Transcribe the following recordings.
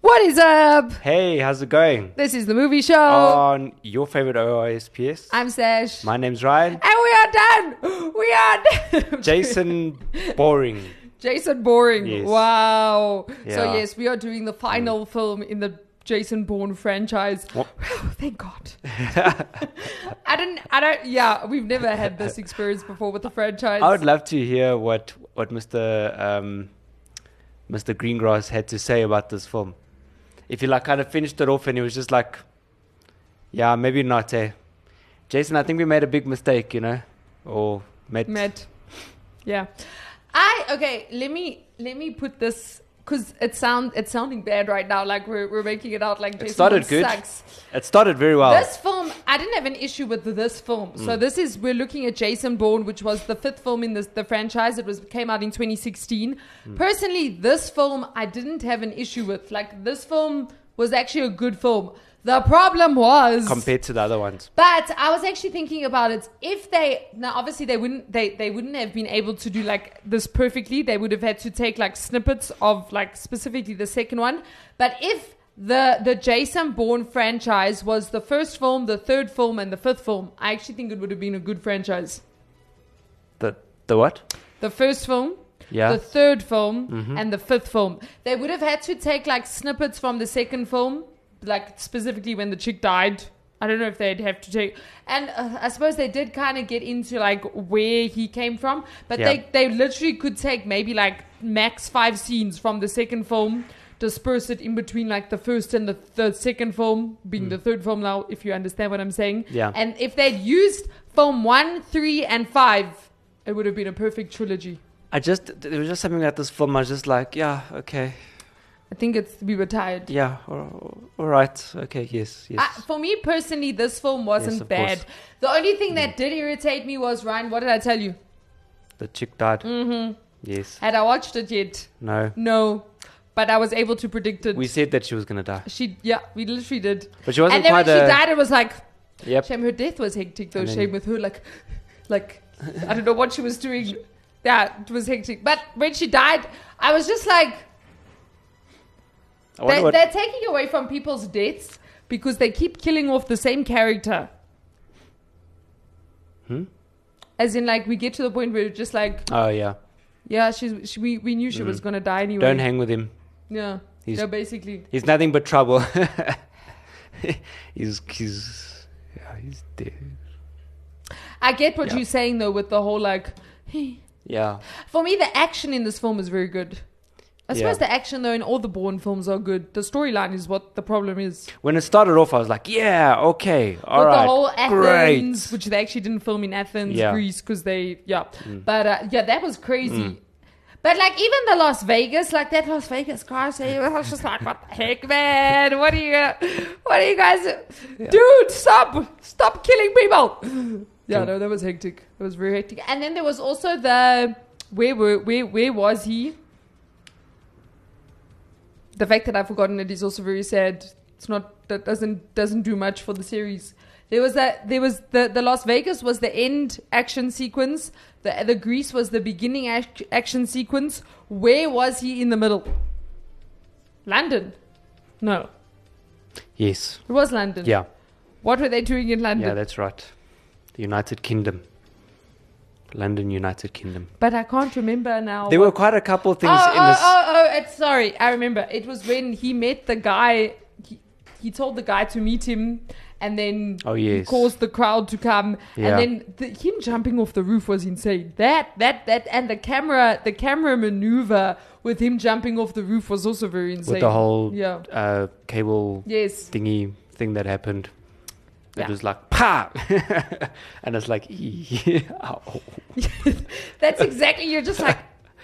What is up? Hey, how's it going? This is the movie show. On your favorite OISPS. Oh. I'm Sesh. Uh, My name's Ryan. and we are done. We are done. Jason Boring. Jason Boring. Yes. Wow. So Yeah. Mm. yes, we are doing the final film in the Jason Bourne franchise. What? Thank God. I didn't. I don't. Yeah, we've never had this experience before with the franchise. I would love to hear what what Mr. Um, Mr. Greengrass had to say about this film. If he like kind of finished it off and he was just like, "Yeah, maybe not." Eh, Jason, I think we made a big mistake, you know, or made Met. Yeah. I okay. Let me let me put this because it sound it's sounding bad right now. Like we're we're making it out like Jason started Bourne good. sucks. It started very well. This film, I didn't have an issue with this film. So this is we're looking at Jason Bourne, which was the fifth film in this, the franchise. It was came out in 2016. Personally, this film I didn't have an issue with. Like this film was actually a good film. The problem was compared to the other ones. but I was actually thinking about it. If they now, obviously, they wouldn't they they wouldn't have been able to do like this perfectly. They would have had to take like snippets of like specifically the second one. But if the the Jason Bourne franchise was the first film, the third film, and the fifth film, I actually think it would have been a good franchise. The the what? The first film. Yeah. Mm-hmm. The third film and the fifth film. They would have had to take like snippets from the second film, like specifically when the chick died. I don't know if they'd have to take. And uh, I suppose they did kind of get into like where he came from, but Yeah. they they literally could take maybe like max five scenes from the second film, disperse it in between like the first and the, the second film, being the third film now, if you understand what I'm saying. Mm. Yeah. And if they'd used film one, three, and five, it would have been a perfect trilogy. I just there was just something about this film. I was just like, yeah, okay, I think it's we were tired. yeah, all, all right, okay, yes, yes. I, for me personally, this film wasn't of bad. course. The only thing that did irritate me was Ryan. What did I tell you? the chick died. Mm-hmm. Yes. Had I watched it yet? No. No, but I was able to predict it. We said that she was gonna die. she yeah, we literally did. But she wasn't and then quite when she a- died, it was like Yep. shame. Her death was hectic though. And then- shame with her like, like I don't know what she was doing. Yeah, it was hectic. But when she died, I was just like, I They, wonder what- They're taking away from people's deaths because they keep killing off the same character. Hmm? As in, like, we get to the point where it's just like, oh yeah. yeah, she's, she, we, we knew she was going to die anyway. Mm-hmm. Don't hang with him. Yeah. He's- yeah, basically. He's nothing but trouble. he's he's yeah, he's dead. I get what Yeah. you're saying, though, with the whole, like, Yeah. for me, the action in this film is very good. I Yeah. suppose the action, though, in all the Bourne films are good. The storyline is what the problem is. When it started off, I was like, yeah, okay, all with right, the whole Athens, great. which they actually didn't film in Athens, Yeah. Mm. Greece, because they, yeah. But uh, yeah, that was crazy. But like even the Las Vegas, like that Las Vegas crash, I was just like, what the heck, man? What are you, what are you guys, dude? Stop, stop killing people. Yeah, Mm. no, that was hectic. That was very hectic. And then there was also the where were where where was he? the fact that I've forgotten it is also very sad. It's not that doesn't doesn't do much for the series. There was that there was the the Las Vegas was the end action sequence. The the Greece was the beginning ac- action sequence. Where was he in the middle? London. No, yes. it was London. Yeah. What were they doing in London? Yeah, that's right. The United Kingdom. London, United Kingdom. but I can't remember now. There what- were quite a couple things oh, in oh, this. Oh, oh, it's sorry. I remember. It was when he met the guy. He, he told the guy to meet him, and then Oh, he yes. caused the crowd to come. And Yeah. then the, him jumping off the roof was insane. That that that and the camera the camera maneuver with him jumping off the roof was also very insane. With the whole yeah uh, cable yes thingy thing that happened. It Yeah. was like, pa! and it's like, "Ee, ow. that's exactly. You're just like,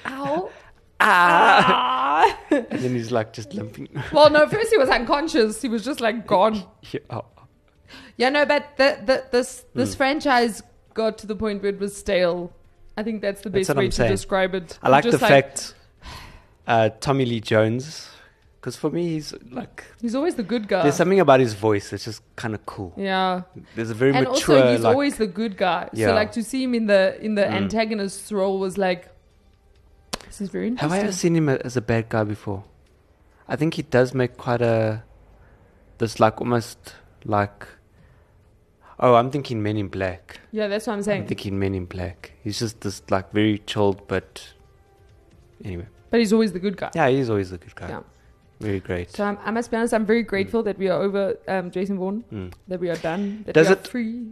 ow. ah. And then he's like just limping. well, no, first he was unconscious. He was just like gone. yeah. oh, Yeah, no, but the, the, this Hmm. this franchise got to the point where it was stale. I think that's the That's best what way I'm to saying. describe it. I like Just the fact uh, Tommy Lee Jones, because for me he's like he's always the good guy. there's something about his voice that's just kind of cool. Uh. yeah, There's a very and mature also he's like always the good guy. Yeah. Hmm. So like to see him in the in the antagonist's role was like this is very Have interesting. I ever seen him as a bad guy before? I think he does make quite a this like almost like oh I'm thinking Men in Black. yeah, that's what I'm I'm saying. thinking Men in Black. He's just this like very chilled, but anyway, But he's always the good guy. yeah, Hmm. he's always a good guy. Yeah. Very great. So I'm, I must be honest, I'm very grateful that we are over um, Jason Bourne, Mm. that we are done, that Does we are it- free.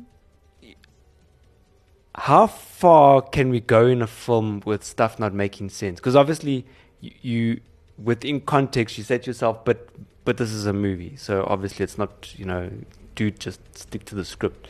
How far can we go in a film with stuff not making sense? Because obviously you, you within context you said to yourself, but but this is a movie, so obviously it's not you know do just stick to the script.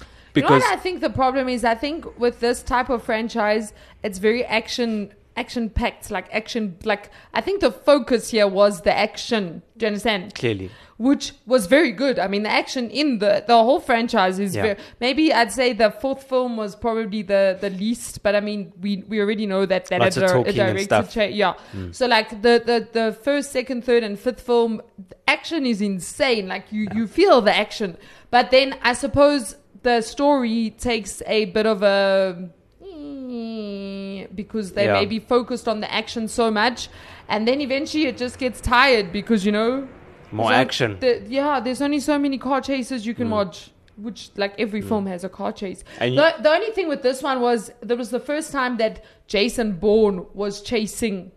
you know Because what I think the problem is? I think with this type of franchise, it's very action action packed, like action like I think the focus here was the action. Do you understand? clearly Which was very good. I mean, the action in the the whole franchise is Yeah. very, maybe I'd say the fourth film was probably the the least, but I mean we we already know that that Lots a, of dir- a talking and directed stuff. Hmm. cha- yeah. So like the, the the first, second, third, and fifth film the action is insane. Like you you feel the action, but then I suppose the story takes a bit of a eh, because they Yeah. may be focused on the action so much, and then eventually it just gets tired because you know more there's on- action. Hmm. the- yeah, there's only so many car chases you can watch. Which like every film has a car chase. And the, the only thing with this one was there was the first time that Jason Bourne was chasing.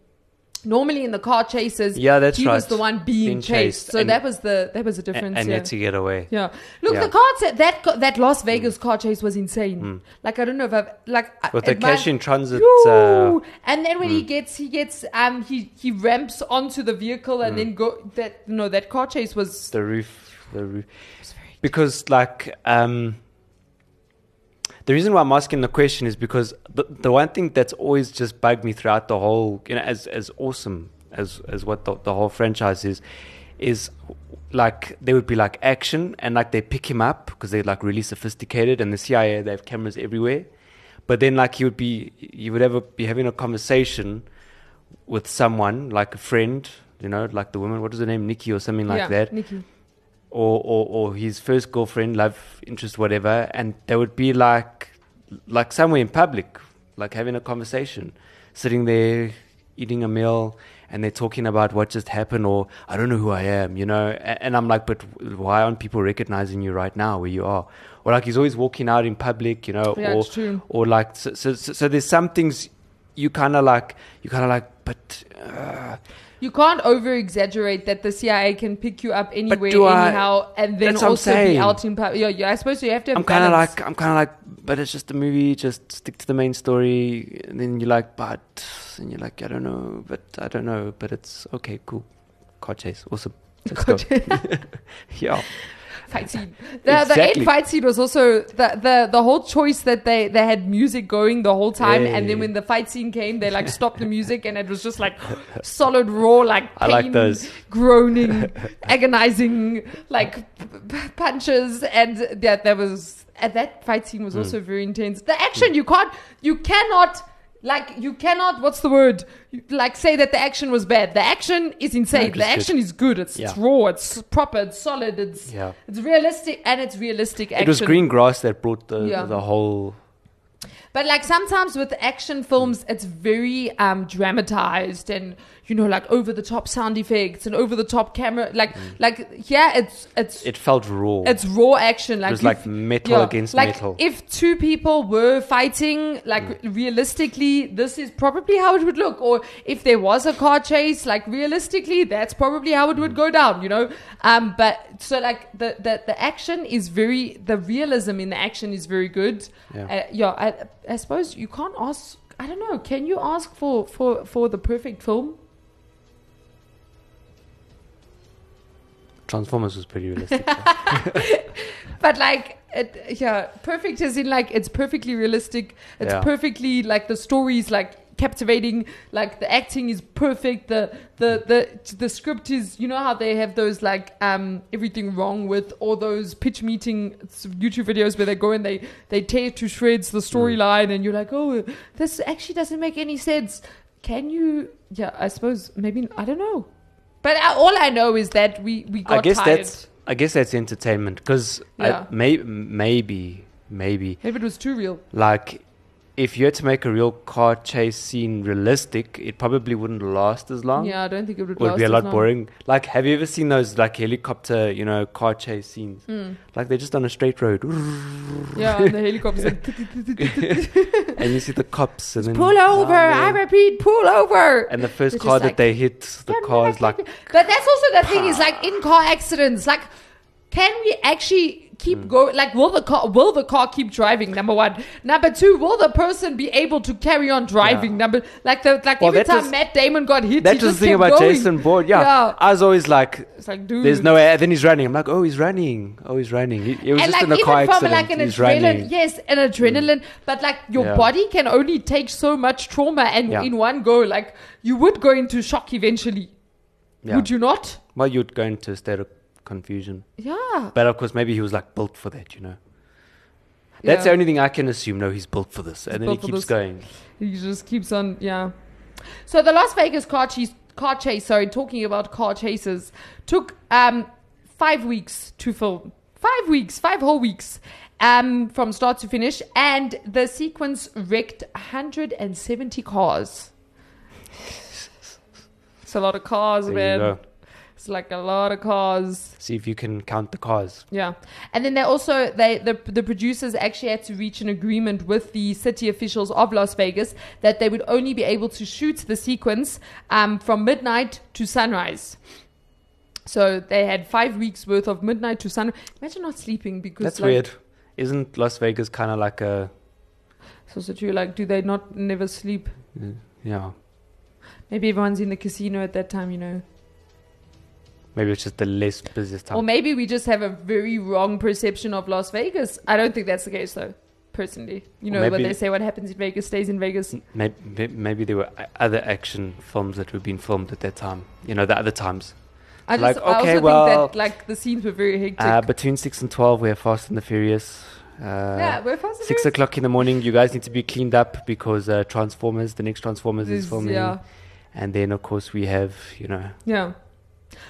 Normally in the car chases, Yeah, that's he was right. the one being, Being chased. chased So and- that was the that was the A- difference. and yeah. yet to get away. Yeah. Look, Yeah. Mm. the car cha- that ca- that Las Vegas car chase was insane. Like I don't know if I've like I- With the it might- cash in transit, Yoo! uh, and then when he gets he gets um he he ramps onto the vehicle Mm. and then go that no that car chase was The roof, the roof. Because like um, the reason why I'm asking the question is because the, the one thing that's always just bugged me throughout the whole, you know, as as awesome as as what the, the whole franchise is, is like they would be like action and like they pick him up because they're like really sophisticated and the CIA they have cameras everywhere, but then like he would be you would ever be having a conversation with someone like a friend, you know, like the woman, what is her name, Nikki or something like yeah, that Nikki. or, or, or his first girlfriend, love interest, whatever, and they would be like, like somewhere in public, like having a conversation, sitting there eating a meal, and they're talking about what just happened, or I don't know who I am, you know, and, and I'm like, but why aren't people recognizing you right now where you are? Or like he's always walking out in public, you know, Yeah, or it's true. or like so, so so so there's some things you kind of like you kind of like, but uh, You can't over exaggerate that the CIA can pick you up anywhere, do I- anyhow, and then That's what I'm also be saying. out in public. Yeah, yeah, I suppose you have to. Have I'm kind of balance. like, I'm kind of like, but it's just a movie. Just stick to the main story. And then you're like, but, and you're like, I don't know, but I don't know, but it's okay, cool. Car chase, awesome. Let's go. yeah, fight scene. The, the Exactly. end fight scene was also the, the the whole choice that they they had music going the whole time, and then Hey. when the fight scene came, they like stopped the music, and it was just like solid raw like I pain, like those. groaning, agonizing like p- p- punches, and yeah, that was and that fight scene was Hmm. also very intense. The action you can't you cannot. Like you cannot, what's the word? You- Like say that the action was bad. The action is insane. it was the good. action is good. It's, it's Yeah. raw. It's proper. It's solid. It's Yeah. it's realistic and it's realistic action. it was green grass that brought the Yeah. the whole. But like sometimes with action films, it's very um, dramatized and you know like over the top sound effects and over the top camera. Like like yeah, it's it's Mm. It felt raw. it's raw action. Like was you like f- metal against like metal. Mm. If two people were fighting, like realistically, this is probably how it would look. Or if there was a car chase, like realistically, that's probably how it would Mm. go down. You know. Um. But so like the the, the action is very the realism in the action is very good. Yeah. Uh, yeah. I, I suppose you can't ask. I don't know. Can you ask for for for the perfect film? Transformers was pretty realistic. But like, it, yeah, perfect is in like it's perfectly realistic. It's Yeah. perfectly like the story's like captivating. Like the acting is perfect. The the the the script is. You know how they have those like um everything wrong with all those pitch meeting YouTube videos where they go and they they tear to shreds the Hmm. storyline, and you're like, oh, this actually doesn't make any sense. Can you? Yeah, I suppose maybe I don't know. But I, all I know is that we we got I guess tired. that's I guess that's entertainment because Yeah. may, maybe maybe if it was too real. like if you had to make a real car chase scene realistic, it probably wouldn't last as long. Yeah, I don't think it would. It would last be a as lot long. boring. Like, have you ever seen those like helicopter, you know, car chase scenes? Hmm. Like they're just on a straight road, Yeah, and the helicopter's like, and you see the cops, and then pull over. I down there. repeat, pull over. and the first They're car just that like, they hit, the car is like But that's also the thing is like in car accidents, like can we actually keep Hmm. going? Like will the car will the car keep driving? Number one. Number two, will the person be able to carry on driving? Yeah. Number like the like Well, every that time was- Matt Damon got hit, he That's the just thing kept about going. Jason Bourne. Yeah. I was always like, It's like, dude. there's no way. And then he's running. I'm like, oh, he's running. Oh, he's running. He- It was and just like in a even car from accident. like an he's adrenaline, running. yes, an adrenaline, but like your Yeah. body can only take so much trauma and Yeah. in one go. Like you would go into shock eventually, Yeah. would you not? Well, you'd go into a state of confusion. Yeah. But of course, maybe he was like built for that, you know. That's the Yeah. only thing I can assume. No, he's built for this. And then he built for keeps this. going. He just keeps on, yeah. So the Las Vegas car chase, car chase, sorry, talking about car chases, took um, five weeks to film. Five weeks, five whole weeks um, from start to finish. And the sequence wrecked 170 cars. It's a lot of cars, There man. you go. It's like a lot of cars. See if you can count the cars. Yeah, and then they also they the the producers actually had to reach an agreement with the city officials of Las Vegas that they would only be able to shoot the sequence um, from midnight to sunrise. So they had five weeks worth of midnight to sunrise. Imagine not sleeping because That's like, weird. Isn't Las Vegas kind of like a. So so true. Like, do they not never sleep? Yeah. Maybe everyone's in the casino at that time, you know. Maybe it's just the less busiest time. Or maybe we just have a very wrong perception of Las Vegas. I don't think that's the case, though. Personally, you Or know, when maybe- they say what happens in Vegas stays in Vegas. Maybe, maybe there were o- other action films that were being filmed at that time. You know, the other times. I just Like, I also okay, think well, that like the scenes were very hectic. Uh, between six and twelve, we are Fast and the Furious. Uh, yeah, we're fast Six o'clock in the morning, you guys need to be cleaned up because uh, Transformers, the next Transformers is filming, Yeah, and then of course we have you know yeah.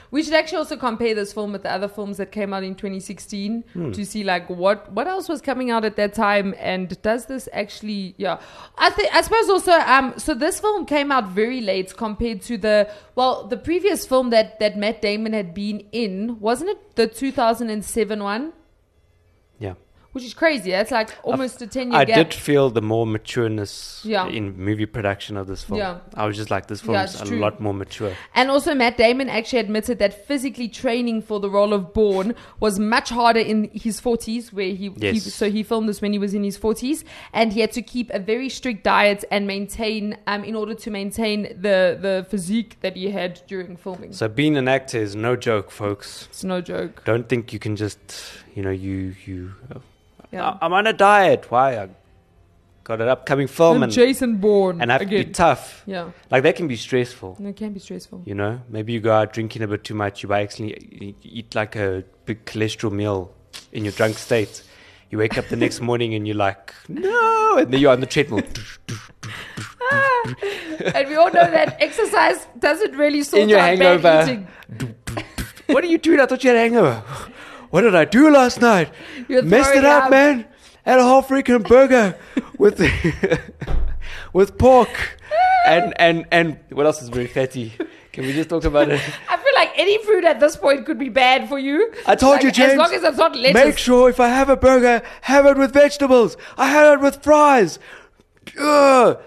We should actually also compare this film with the other films that came out in 2016 Hmm. to see like what what else was coming out at that time and does this actually yeah I think I suppose also um so this film came out very late compared to the well the previous film that that Matt Damon had been in wasn't it the 2007 one yeah. which is crazy that's like almost a 10 year I gap did feel the more matureness Yeah. in movie production of this film. Yeah. I was just like, this Yeah, film's it's a true. lot more mature. And also, Matt Damon actually admitted that physically training for the role of Bourne was much harder in his 40s, where he, he Yes. so he filmed this when he was in his 40s, and he had to keep a very strict diet and maintain um, in order to maintain the the physique that he had during filming. So being an actor is no joke, folks. it's no joke. Don't think you can just you know you you. Yeah. I- I'm on a diet. Why? I got an upcoming film And and Jason Bourne and I have to be again. tough. yeah, Like that can be stressful. and it can be stressful. You know, maybe you go out drinking a bit too much. You accidentally e-, eat like a big cholesterol meal in your drunk state. You wake up the next morning and you're like, no, and then you're on the treadmill. and we all know that exercise doesn't really sort In your out hangover. bad eating. what are you doing? I thought you had a hangover. What did I do last night? You're Messed it throwing up, up. man. Had a whole freaking burger with with pork and and and what else is very fatty? Can we just talk about it? I feel like any food at this point could be bad for you. I told Like, you, James. As long as it's not lettuce. Make sure if I have a burger, have it with vegetables. I had it with fries. Ugh.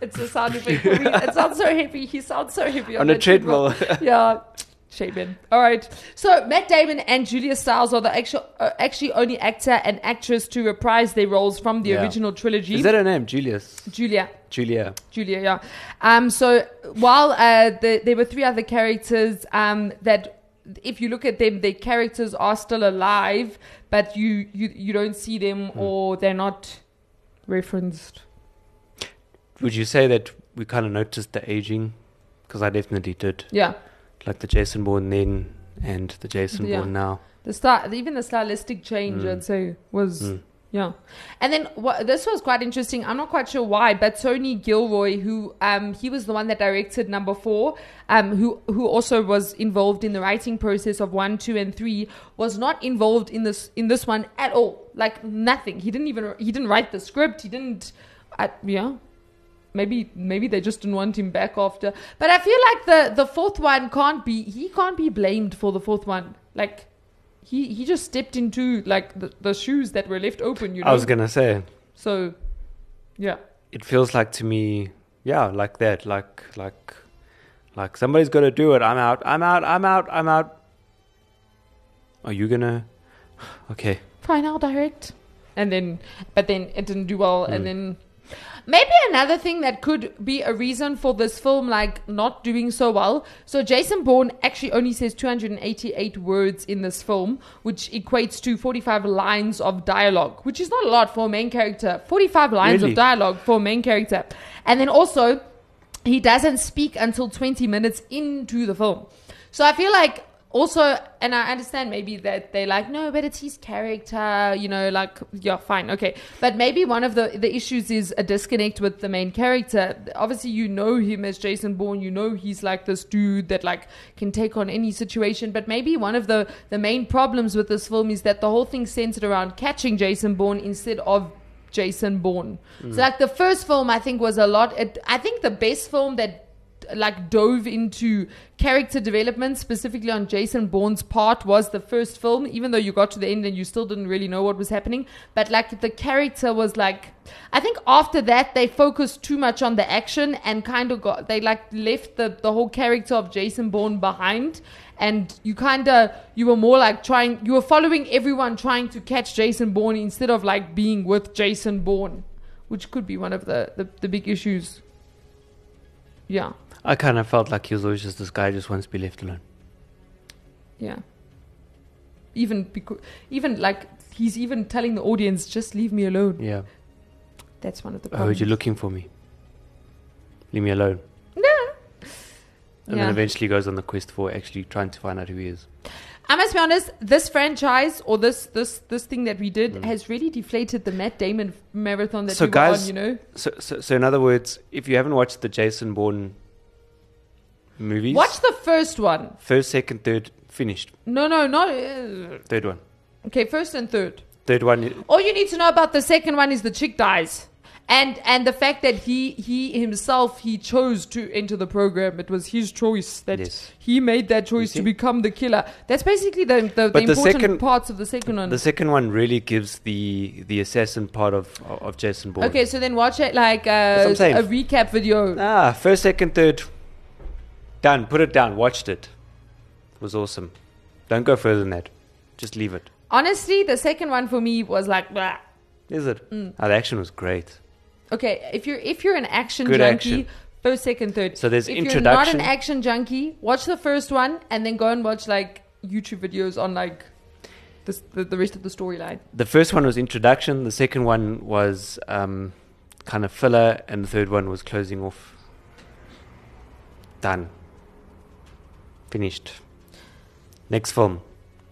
It's a sound effect for me. It sounds so heavy. He sounds so heavy on, On a the treadmill. treadmill. yeah. Shaman. All right. So Matt Damon and Julia Stiles are the actual, uh, actually only actor and actress to reprise their roles from the Yeah. original trilogy. Is that her name? Julius. Julia? Julia. Julia, yeah. Um, so while uh, the, there were three other characters um, that, if you look at them, their characters are still alive, Hmm. but you you, you don't see them or they're not referenced. would you say that we kind of noticed the aging? Because I definitely did. Yeah. Like the Jason Bourne then and the Jason Yeah. Bourne now. The style, even the stylistic change, I'd say, was yeah. And then wha this was quite interesting. I'm not quite sure why, but Tony Gilroy, who um he was the one that directed number four, um who who also was involved in the writing process of one, two, and three, was not involved in this in this one at all. Like nothing. He didn't even he didn't write the script. He didn't. I, yeah, maybe maybe they just didn't want him back after. But I feel like the the fourth one can't be he can't be blamed for the fourth one. Like he he just stepped into like the, the shoes that were left open, you know. I was gonna say so yeah. it feels like to me, yeah, like that, like like like somebody's gonna do it. I'm out. I'm out. I'm out. I'm out. Are you gonna? Okay. Fine, I'll direct. And then but then it didn't do well and then Maybe another thing that could be a reason for this film like not doing so well. So Jason Bourne actually only says 288 words in this film, which equates to 45 lines of dialogue, which is not a lot for a main character. 45 lines Really? of dialogue for a main character. And then also he doesn't speak until 20 minutes into the film. So I feel like also, and I understand maybe that they're like, no, but it's his character, you know, like, yeah, fine, okay. But maybe one of the, the issues is a disconnect with the main character. Obviously, you know him as Jason Bourne, you know he's like this dude that like can take on any situation. But maybe one of the, the main problems with this film is that the whole thing's centered around catching Jason Bourne instead of Jason Bourne. So like the first film I think was a lot it, I think the best film that like dove into character development specifically on Jason Bourne's part was the first film even though you got to the end and you still didn't really know what was happening but like the character was like I think after that they focused too much on the action and kind of got they like left the the whole character of Jason Bourne behind and you kind of you were more like trying you were following everyone trying to catch jason bourne instead of like being with jason bourne which could be one of the the, the big issues yeah I kind of felt like he was always just this guy who just wants to be left alone. yeah even because even like he's even telling the audience just leave me alone Yeah. that's one of the Oh, problems you're looking for me. Leave me alone. And Yeah. then eventually goes on the quest for actually trying to find out who he is. I must be honest. This franchise or this this this thing that we did has really deflated the Matt Damon marathon that Mm. So we guys- were on. You know, So, so, so in other words, if you haven't watched the Jason Bourne movies, watch the first one. first, second, third, finished. No, no, no. uh, Third one. Okay, first and third. Third one. All you need to know about the second one is the chick dies. And and the fact that he he himself he chose to enter the program. It was his choice that Yes. he made that choice to see? become the killer. That's basically the the, the But the important second- parts of the second one. The second one really gives the the assassin part of of Jason Bourne. okay, so then watch it like uh, what I'm saying. a recap video. Ah, first, second, third. Done. Put it down. Watched it. It was awesome. Don't go further than that. Just leave it. Honestly, the second one for me was like. blah. Is it? Mm. Ah, the action was great. Okay, if you're if you're an action Good junkie, action. first, second, third. So there's if you're introduction. not an action junkie, watch the first one and then go and watch like YouTube videos on like the the, the rest of the storyline. The first one was introduction. The second one was um, kind of filler, and the third one was closing off. Done. Finished. Next film,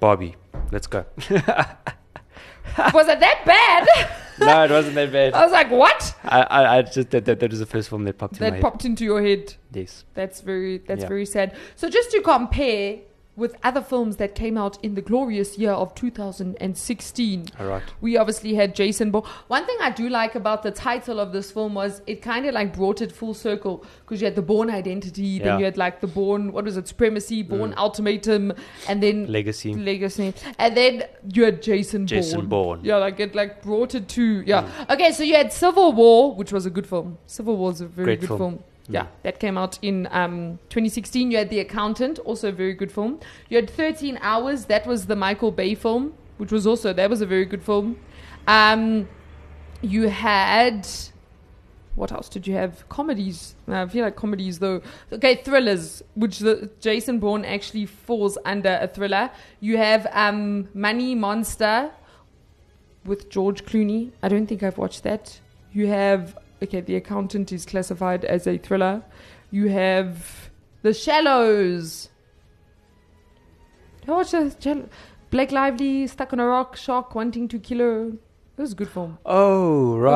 Barbie. Let's go. was it that bad? no, it wasn't that bad. I was like, what? I, I, I just that, that that was the first film that popped in my That head. popped into your head. Yes. That's very that's Yeah. very sad. So just to compare with other films that came out in the glorious year of 2016. All right. We obviously had Jason Bourne. One thing I do like about the title of this film was it kind of like brought it full circle because you had the Bourne identity, then Yeah. Mm. you had like the Bourne, what was it, supremacy, Bourne ultimatum, and then Legacy. legacy, and then you had Jason Bourne. Jason Bourne. Mm. Yeah, like it like brought it to yeah. Okay, so you had Civil War, which was a good film. Civil War is a very Great good film. film. Yeah, that came out in um, 2016. You had The Accountant, also a very good film. You had 13 Hours, that was the Michael Bay film, which was also that was a very good film. Um, you had what else did you have? Comedies. No, I feel like comedies though. Okay, thrillers, which the Jason Bourne actually falls under a thriller. You have um, Money Monster with George Clooney. I don't think I've watched that. You have okay, The Accountant is classified as a thriller. You have The Shallows. I watched The Shall- Blake Lively, Stuck on a Rock, Shock, Wanting to Kill Her. It was a good film. was Oh, a good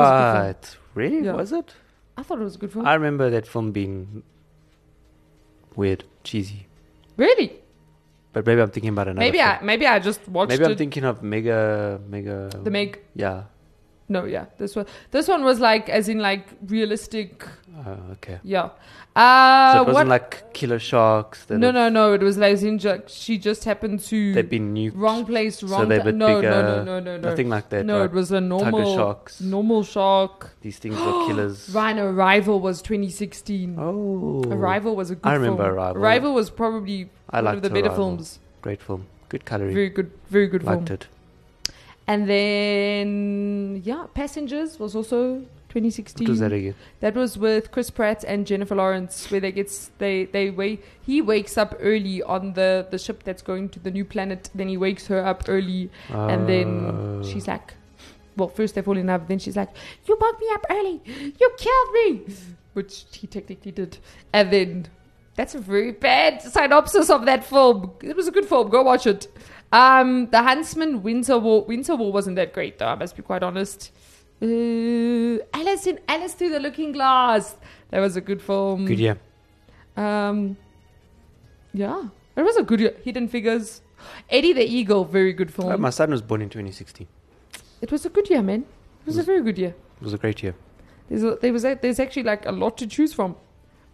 right. Really? Yeah. Was it? I thought it was a good film. I remember that film being weird, cheesy. really? But maybe I'm thinking about another. Maybe I film. maybe I just watched Maybe it. I'm thinking of Mega Mega the Meg. Yeah. No, yeah, this one. This one was like, as in like realistic. Oh, okay. Yeah. Uh, So it wasn't what? like Killer Sharks that no, have- no, no. It was like Zinja. She just happened to they've been nuked. wrong place, so wrong they're a time. bit No, bigger, no, no, no, no, no. Nothing like that. no, right? it was a Tiger normal sharks. normal shark. These things are killers. Rhino Arrival was 2016. Oh. Arrival was a good I remember film. Arrival. Arrival was probably I one of liked the better Arrival. films. Great film. Good coloring. Very good, very good film. Liked it. And then, yeah, Passengers was also 2016. What was that again? That was with Chris Pratt and Jennifer Lawrence, where they gets they they wake he wakes up early on the the ship that's going to the new planet. Then he wakes her up early, and then Oh. she's like, well, first they fall in love. Then she's like, you woke me up early, you killed me, which he technically did. And then that's a very bad synopsis of that film. It was a good film. Go watch it. Um, The Huntsman, Winter War. Winter War wasn't that great though. I must be quite honest. Uh, Alice in Alice Through the Looking Glass. That was a good film. Good year. Um, yeah, it was a good year. Hidden Figures. Eddie the Eagle, very good film. Oh, my son was born in 2016. It was a good year, man. It was a very good year. It was a great year. There's a, there was a, there's actually like a lot to choose from,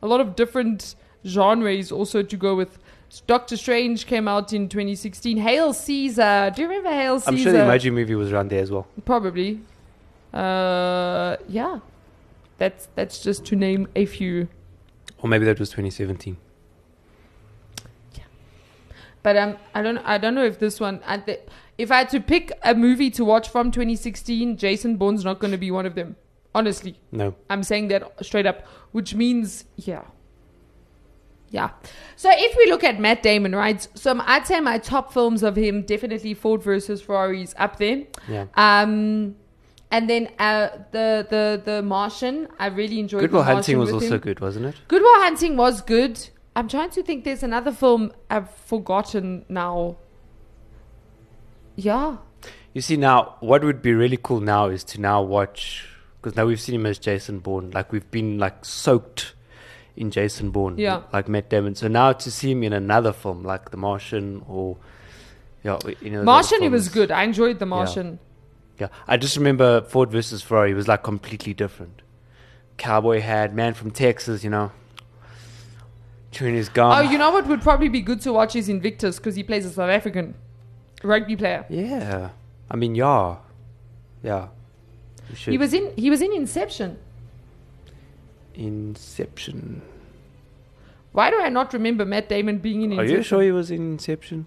a lot of different genres also to go with. Doctor Strange came out in 2016. Hail Caesar! Do you remember Hail Caesar? I'm sure the Emoji movie was around there as well. Probably. Uh, yeah, that's that's just to name a few. Or maybe that was 2017. But um, I don't I don't know if this one. I th- if I had to pick a movie to watch from 2016, Jason Bourne's not going to be one of them. Honestly, No. I'm saying that straight up, which means yeah. Yeah. So if we look at Matt Damon, right? So m- I'd say my top films of him definitely Ford versus Ferrari is up there. Yeah. Um and then uh, the the the Martian, I really enjoyed. Good Will The Martian Hunting was with also him. good, wasn't it? Good Will Hunting was good. I'm trying to think. There's another film I've forgotten now. Yeah, You see, now what would be really cool now is to now watch because now we've seen him as Jason Bourne. Like we've been like soaked in Jason Bourne. Yeah. Like Matt Damon. So now to see him in another film like The Martian or yeah, you know, Martian. It was good. I enjoyed The Martian. Yeah, I just remember Ford versus Ferrari was like completely different. Cowboy had man from Texas, you know, chewing his gum. oh, you know what would probably be good to watch is Invictus because he plays a South African rugby player. yeah. I mean, yeah, yeah. We should. He was in. He was in Inception. Inception. Why do I not remember Matt Damon being in Are Inception? you sure he was in Inception?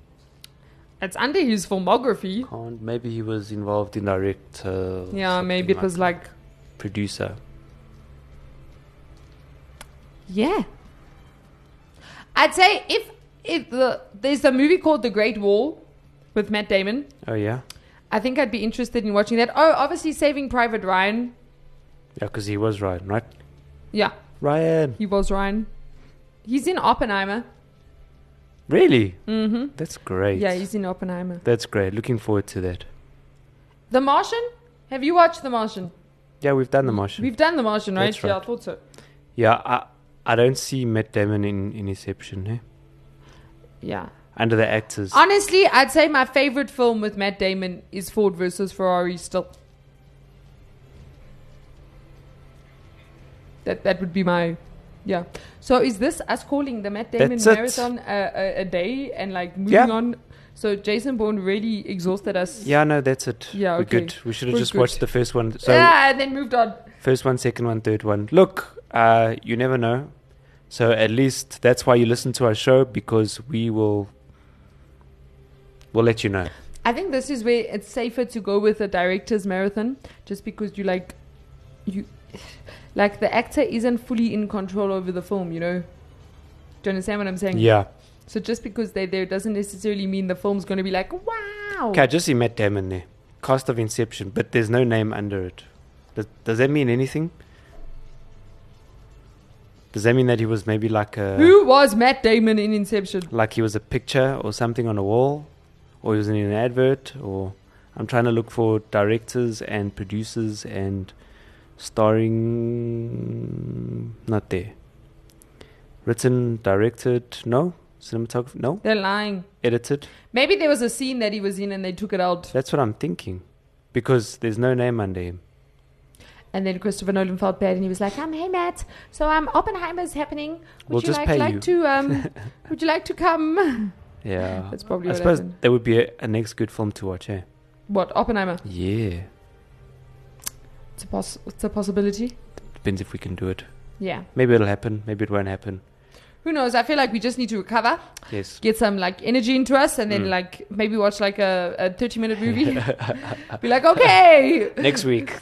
It's under his filmography. Can't. Maybe he was involved in direct. Uh, Yeah, something maybe it was like producer. Yeah. I'd say if if the there's a movie called The Great Wall with Matt Damon. Oh yeah, I think I'd be interested in watching that. Oh, obviously Saving Private Ryan. yeah, because he was Ryan, right? Yeah, Ryan, he was Ryan. He's in Oppenheimer. really? Mm-hmm. That's great. Yeah, he's in Oppenheimer. That's great. Looking forward to that. The Martian? Have you watched The Martian? Yeah, we've done the Martian. We've done The Martian, right? That's Yeah, I right. thought so. Yeah, I I don't see Matt Damon in, in Inception. Eh? Yeah. Under the actors, Honestly, I'd say my favorite film with Matt Damon is Ford versus Ferrari still. That that would be my yeah. So is this us calling the Matt Damon That's it. marathon a, a, a day and like moving Yeah. on? So Jason Bourne really exhausted us. yeah, no, that's it. Yeah, we're okay. good. We should have We're just good. watched the first one. So yeah, and then moved on. first one, second one, third one. Look, uh, you never know. So at least that's why you listen to our show because we will we'll let you know. I think this is where it's safer to go with a director's marathon, just because you like, you, like the actor isn't fully in control over the film. You know, do you understand what I'm saying? Yeah. So just because they're there doesn't necessarily mean the film's going to be like, wow. Okay, I just see Matt Damon there. Cost of Inception, but there's no name under it. Does, does that mean anything? Does that mean that he was maybe like a Who was Matt Damon in Inception? like he was a picture or something on a wall, or he was in an advert, or I'm trying to look for directors and producers and starring. Not there. Written, directed, no. Cinematography, no. They're lying. Edited. Maybe there was a scene that he was in and they took it out. That's what I'm thinking, because there's no name under him. And then Christopher Nolan felt bad and he was like, um, hey Matt, so um Oppenheimer's happening. Would We'll you just like pay like you." to um would you like to come? Yeah, That's probably I what suppose happened. that would be a, a next good film to watch. Eh? What, Oppenheimer? Yeah, It's a poss- it's a possibility. depends if we can do it. Yeah. Maybe it'll happen. Maybe it won't happen. Who knows? I feel like we just need to recover, Yes. get some like energy into us, and Mm. then like maybe watch like a, a thirty minute movie. Be like, okay, next week.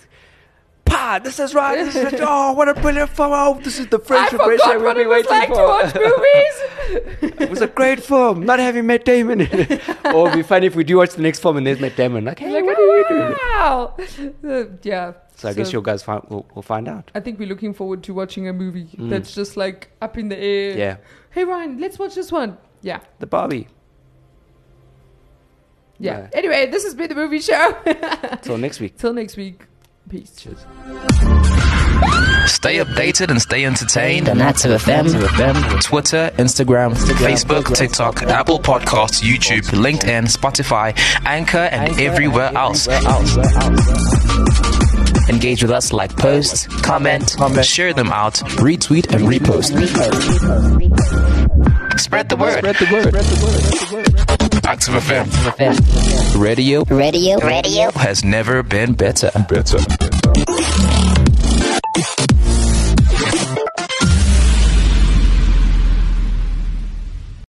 Pa, this is right. This is right. Oh, what a brilliant film. Oh, this is the I French forgot impression we've what it been was waiting like to watch for. movies. it was a great film. Not having Matt Damon in it. or it'll be funny if we do watch the next film and there's Matt Damon. Like, hey, Like, what oh, do you do? wow. Uh, yeah. So I guess you guys find, will will find out. I think we're looking forward to watching a movie that's just like up in the air. Mm. Yeah. Hey Ryan, let's watch this one. Yeah. The Barbie. Yeah. Right. Anyway, this has been the movie show. Till next week. Till next week. Peace. Cheers. Stay updated and stay entertained. The Natsu FM. Twitter, Instagram, Facebook, TikTok, Apple Podcasts, YouTube, LinkedIn, Spotify, Anchor, and everywhere else. Engage with us like posts, comment, share them out, retweet, and repost. Spread the word. Spread the word. Active FM. Radio Radio. Radio. has never been better.